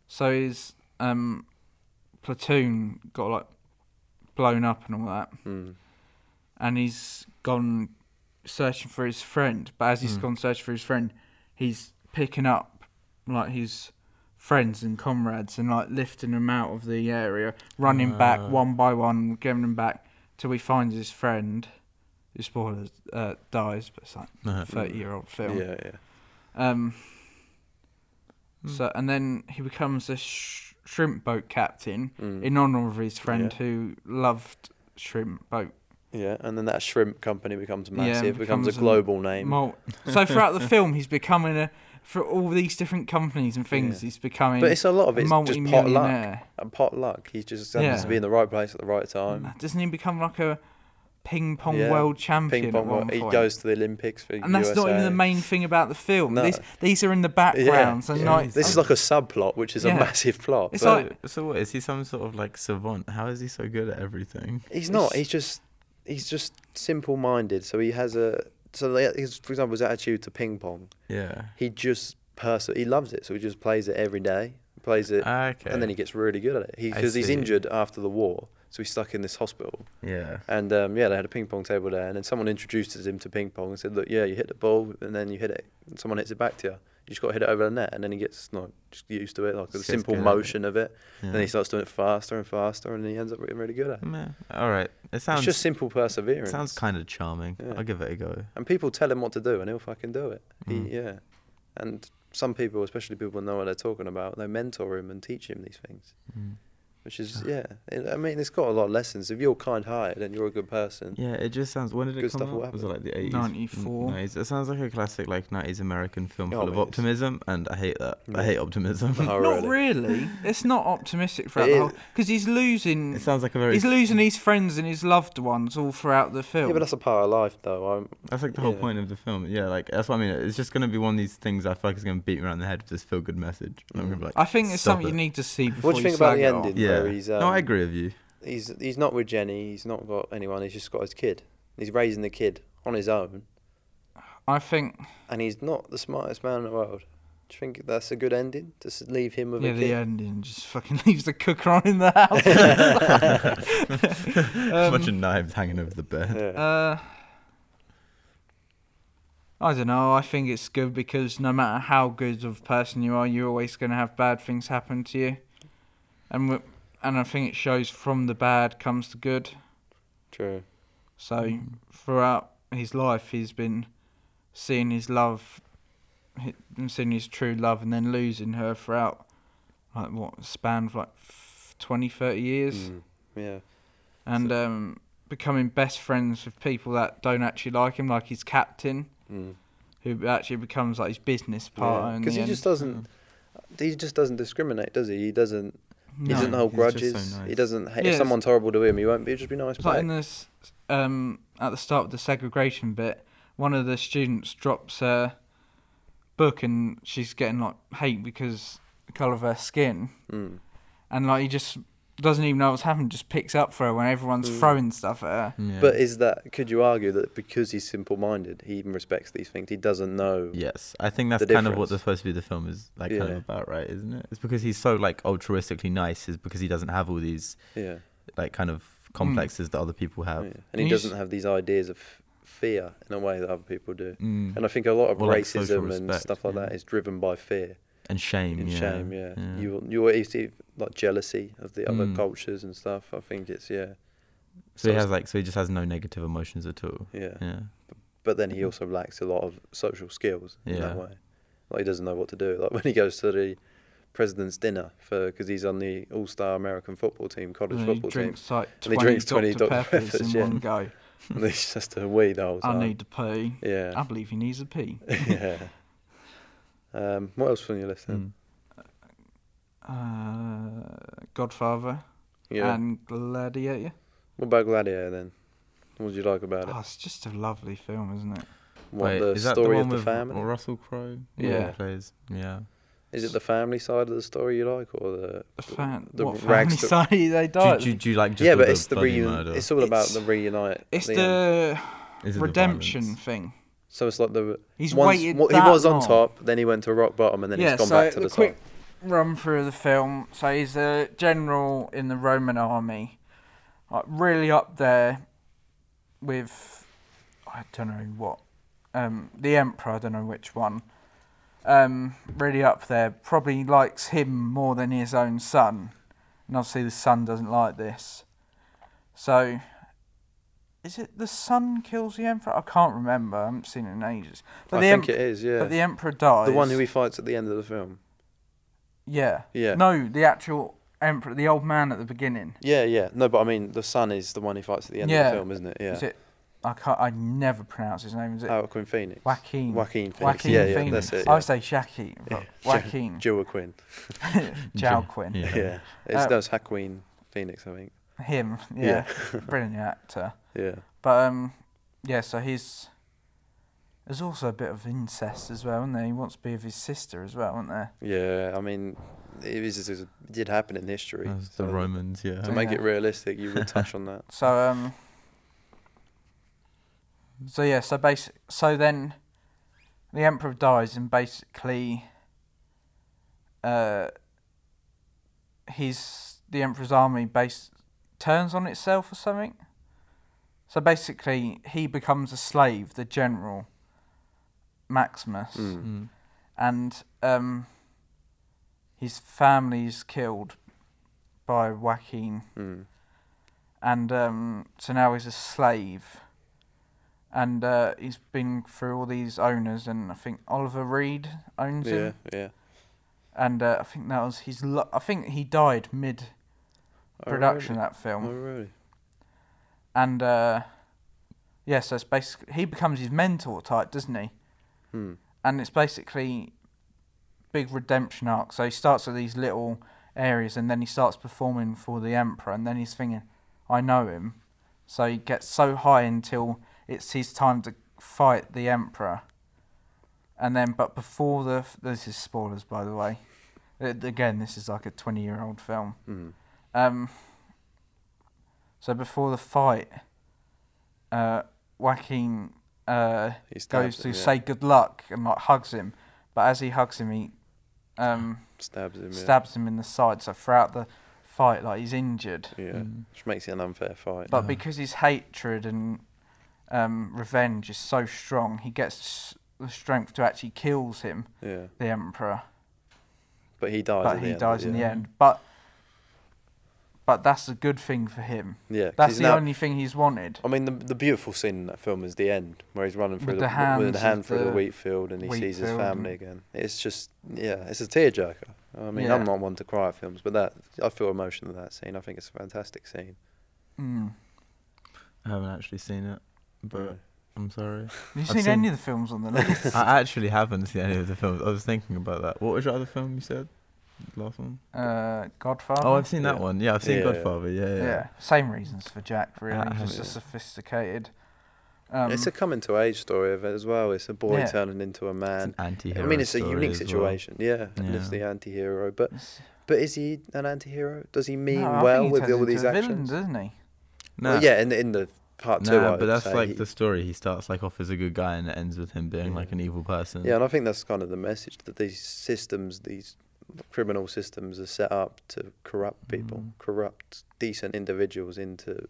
so he's um, platoon got like blown up and all that, Mm. and he's gone searching for his friend. But as he's gone searching for his friend, he's picking up like his friends and comrades and like lifting them out of the area, running back one by one, getting them back till he finds his friend. who spoilers uh, dies, but it's like Uh-huh. thirty-year-old film. Yeah, yeah. Um. Hmm. Hmm. So and then he becomes a sh- shrimp boat captain Mm. in honor of his friend Hmm. Yeah. who loved shrimp boat. Yeah. And then that shrimp company becomes massive, becomes, becomes a a global name. Malt. So throughout the film, he's becoming a for all these different companies and things. Yeah. He's becoming. But it's a lot of a it's just pot luck. multi-millionaire. And pot luck. He just happens Yeah. to be in the right place at the right time. Doesn't he become like a ping pong Um, Yeah. world champion? Ping pong. at one world- He point? goes to the Olympics for And that's USA. not even the main thing about the film. No. These these are in the background. So uh, yeah. like, this is like a subplot, which is a Yeah. massive plot. It's but like- So what is he? Some sort of like savant? How is he so good at everything? he's not. it's- He's just he's just simple-minded. So he has a so they- his, for example, his attitude to ping pong. Yeah. He just person he loves it, so he just plays it every day. Plays Ah, it, Ah, Okay. and then he gets really good at it. I Because he's see. injured after the war, so he's stuck in this hospital. Yeah. And um, yeah, they had a ping pong table there, and then someone introduced him to ping pong and said, "Look, yeah, you hit the ball, and then you hit it, and someone hits it back to you. You just got to hit it over the net." And then he gets like just used to it, like the Just gets simple good at it. motion of it. yeah. And then he starts doing it faster and faster, and he ends up getting really good at it. Meh. All right. It sounds it's just simple perseverance. sounds kind of charming. Yeah. I'll give it a go. and people tell him what to do, and he'll fucking do it. Mm. He, yeah. And some people, especially people who know what they're talking about, they mentor him and teach him these things, Mm. which is yeah. I mean, it's got a lot of lessons. If you're kind-hearted and you're a good person, Yeah, it just sounds. When did it Good come stuff will out? Was it like the happen. eighties? 94. It sounds like a classic like nineties American film Oh, full of it is. optimism, and I hate that. No. I hate optimism. Oh, not really. It's not optimistic throughout It the is- whole because he's losing. it sounds like a very. He's losing e- his friends and his loved ones all throughout the film. Yeah, but that's a part of life, though. I'm, That's like the whole yeah. point of the film. Yeah, like that's what I mean. It's just gonna be one of these things I feel like is gonna beat me around the head with this feel good message. And I'm gonna be like, I think it's "Stop something it." you need to see before What do you think about slag the it off. ending? Yeah. Mm. where he's, no, um, I agree with you. he's he's not with Jenny. He's not got anyone. He's just got his kid. He's raising the kid on his own, I think and he's not the smartest man in the world. Do you think that's a good ending? To s- leave him with yeah, a the kid. ending just fucking leaves the cooker on in the house. a bunch of Um, knives hanging over the bed. Yeah. uh, I don't know. I think it's good because no matter how good of a person you are, you're always going to have bad things happen to you, and w- and I think it shows from the bad comes the good. True. So throughout his life, he's been seeing his love, hi- seeing his true love, and then losing her throughout like what span of like f- 20, 30 years, Mm. Yeah. and um, becoming best friends with people that don't actually like him, like his captain, Mm. who actually becomes like his business partner. in Because the he just end. Mm. doesn't. He just doesn't discriminate, does he? He doesn't. He No. doesn't hold he's just so grudges. He nice. doesn't. Hate, Yeah, if it's- someone's horrible to him, he won't. He'll just be nice. It's like Back. in this um, at the start of the segregation bit, one of the students drops her book and she's getting like hate because the colour of her skin, Mm. and like he just doesn't even know what's happened, just picks up for her when everyone's Mm. throwing stuff at her. Yeah. But is that? Could you argue that because he's simple-minded, he even respects these things? He doesn't know. Yes, I think that's the kind of what difference. the supposed to be the film is like kind Yeah. of about, right? Isn't it? It's because he's so like altruistically nice, is because he doesn't have all these Yeah. like kind of complexes that other people have. Mm. Yeah. And he you s- doesn't have these ideas of fear in a way that other people do. Mm. And I think a lot of Well, like social racism and respect, stuff like yeah. that is driven by fear And shame. and yeah. shame. Yeah, you you you see like jealousy of the other Mm. cultures and stuff. I think it's yeah, so he so- has like, so he just has no negative emotions at all. yeah. Yeah. But then he also lacks a lot of social skills in Yeah. that way. Like he doesn't know what to do. Like when he goes to the president's dinner for because he's on the All Star American football team, college And he football drinks like And he 20 drinks 20 Dr. Dr. Peppers, Peppers, in yeah. one go. team, and he's just a wee the whole I time. need to pee. yeah. I believe he needs a pee. yeah. Um, what else from your list then? Mm. Hmm. Uh, Godfather Yeah. and Gladiator. what about Gladiator then? What did you like about it? Oh, it's just a lovely film, isn't it? What Wait, the is that story the one of the with family? Russell Crowe? Yeah. Plays. Yeah. Is it the family side of the story you like, or the? A fan. The what family rags that- side they Do, died? do, do you like just yeah, all but the it's the bloody reuni- murder? It's all about It's- the reunite. it's at end. the Is it the redemption violence? thing. So it's like the He's once, waited. what- that He was on long. top, then he went to rock bottom, and then yeah, he's gone so back to the, quick run through of the film. So he's a general in the Roman army, like really up there with I don't know what um, the emperor. I don't know which one. Um, really up there. Probably likes him more than his own son, and obviously the son doesn't like this. So. Is it the son kills the emperor? I can't remember. I haven't seen it in ages. But top. the I think em- it is. Yeah, but the the, emperor dies. one who he fights at the end of the film. Yeah. Yeah. No, the actual emperor, the old man at the beginning. Yeah, yeah. No, but I mean, the son is the one he fights at the end Yeah. of the film, isn't it? Yeah. Is it? I can't. I never pronounce his name. Is it Joaquin Phoenix. Joaquin? Joaquin Phoenix. Joaquin yeah, yeah, Phoenix. that's it. I Yeah. would say Shaki, but Joaquin. Joaquin. Joaquin. Yeah. Yeah, it's Uh, no, it's Joaquin Phoenix, I think. Him. Yeah. Brilliant actor. Yeah, But um, yeah. So he's. There's also a bit of incest as well, isn't there? He wants to be with his sister as well, isn't there? yeah. I mean, it, is, it did happen in history. That's so Uh, the Romans. Yeah. To make Yeah. it realistic, you would touch on that. So um. So yeah. So basic. So then, the emperor dies, and basically. Uh. He's the emperor's army base turns on itself or something. So basically, he becomes a slave, the general. Maximus, Mm. Mm. and um. His family's killed by Joaquin Mm. and um, so now he's a slave. And uh, he's been through all these owners, and I think Oliver Reed owns Yeah, him. yeah. And uh, I think that was his. Lo- I think he died mid Oh, really? production of that film. Oh, really? And uh, yeah, so it's basically he becomes his mentor type, doesn't he? Hmm. and it's basically big redemption arc. So he starts with these little areas, and then he starts performing for the emperor, and then he's thinking, "I know him." So he gets so high until it's his time to fight the emperor, and then but before the this is spoilers by the way. Uh, Again, this is like a twenty-year-old film. Mm. Um, so before the fight, uh, Joaquin uh, He stabs goes him, to yeah. say good luck and like hugs him, but as he hugs him, he um, stabs him. Yeah. stabs him in the side. So throughout the fight, like he's injured, Yeah, Mm. which makes it an unfair fight. but Yeah. because his hatred and um, revenge is so strong, he gets the strength to actually kills him, yeah, the emperor. but he dies. but at he the end, dies yeah. in the end. But but that's a good thing for him. Yeah, 'cause That's he's the now- only thing he's wanted. I mean, the the beautiful scene in that film is the end where he's running through With the, the with hands the of hand through the the wheat field and he wheat sees his field family again. It's just yeah, it's a tearjerker. I mean, Yeah. I'm not one to cry at films, but that I feel emotion in that scene. I think it's a fantastic scene. Mm. I haven't actually seen it, but I'm sorry. Have you I've seen, seen- any of the films on the list? I actually haven't seen any of the films. I was thinking about that. What was your other film you said? Last one? uh, Godfather. Oh, I've seen that Yeah. one. Yeah, I've seen Yeah. Godfather. Yeah, yeah. yeah. same reasons for Jack, really. Ah, just yeah. a sophisticated. Um, it's a coming to age story of it as well. It's a boy Yeah. turning into a It's man. an anti-hero I mean, it's a story unique as well. situation. Yeah, and it's Yeah. the anti-hero. But it's- but is he an anti-hero? Does he mean no, I well think he with turns all these into a actions? villain, doesn't he? Nah, Well, yeah, in the, in the part two. I nah, would but that's say like he- the story. He starts like off as a good guy and it ends with him being Yeah. like an evil person. Yeah, and I think that's kind of the message that these systems, these criminal systems, are set up to corrupt people, Mm. corrupt decent individuals into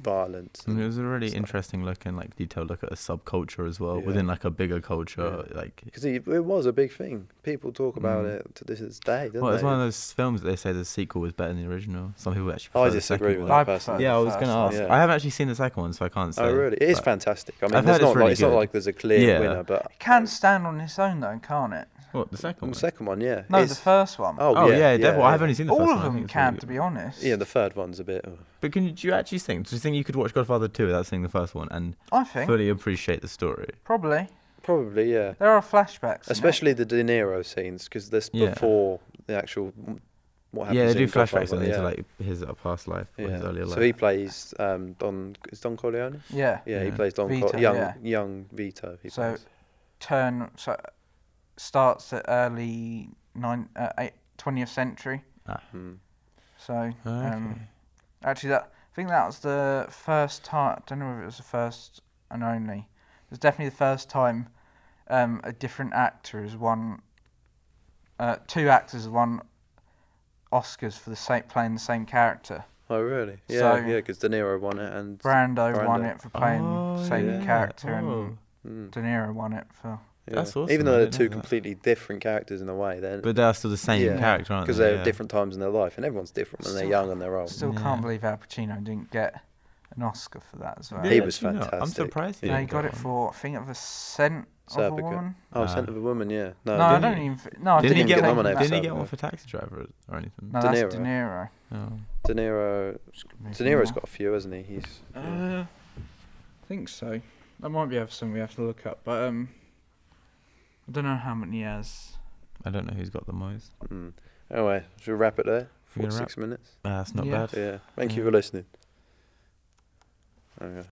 violence. I mean, Mm. it was a really It's like- interesting look and like detailed look at a subculture as well Yeah. within like a bigger culture. Like, Because it, it was a big thing. People talk about Mm. it to this day, don't well, it's they? one of those films that they say the sequel was better than the original. Some people actually. I prefer the disagree second one. with that. I person. prefer the Yeah, I was first gonna one. ask. yeah. I haven't actually seen the second one, so I can't say. oh, really? It is but- fantastic. I mean, I've there's heard it's not like, really it's not good. like there's a clear Yeah. winner, but It can stand on its own though, can't it? What the second the one? second one, yeah. No, the is- first one. Oh, Oh yeah, yeah, yeah, Devil. I yeah. haven't even seen the All first of one. I them think it's can, really to good. be honest. Yeah, the third one's a bit. oh. But can you, do you actually think? Do you think you could watch Godfather two without seeing the first one and I think fully appreciate the story? probably Probably, yeah. there are flashbacks. in it. Especially the De Niro scenes, because this Yeah. before the actual mm, what happens. Yeah, they in do flashbacks Godfather, into yeah. like his uh, past life or his earlier life. So he plays um, Don. Is Don Corleone? Yeah. Yeah, he Yeah. plays Don. Vito, Cor- young, yeah. young Vito. He So- plays. Turn so starts at early nine uh, eight, 20th century. Mm. So um, actually, that I think that was the first time. I don't know if it was the first and only. It was definitely the first time um, a different actor has won. Uh, two actors have won Oscars for the same playing the same character. Oh really? Yeah, So- yeah, because De Niro won it, and Brando, won Brando. it for playing the same yeah. character, Oh. Mm, and De Niro won it for. yeah. That's awesome, Even I though they're didn't two know that. completely different characters in a way, then But they're still the same Yeah. character, aren't they? because they're Yeah. at different times in their life, and everyone's different when they're Still- young and Oh. they're old. Still Yeah. can't believe Al Pacino didn't get an Oscar for that as well. He was actually not. I'm fantastic. surprised he No, he didn't got get it one. for I think of a cent of a Serpico. woman. Oh, Nah. Scent of a Woman, yeah. No, No, I didn't don't even. f- No, I Didn't, he didn't get think one? of nominated that. Didn't he for get one that. for Taxi Driver or anything? No, De that's De Niro? Niro. Oh. De Niro. De Niro's got a few, hasn't he? He's. yeah. Uh, I think so. That might be something we have to look up, but um, I don't know how many he has. I don't know who's got the most. Mm. Anyway, should we wrap it there? We're gonna Forty-six minutes. Ah, that's not Yeah. bad. Yeah. Thank you Yeah. for listening. Okay.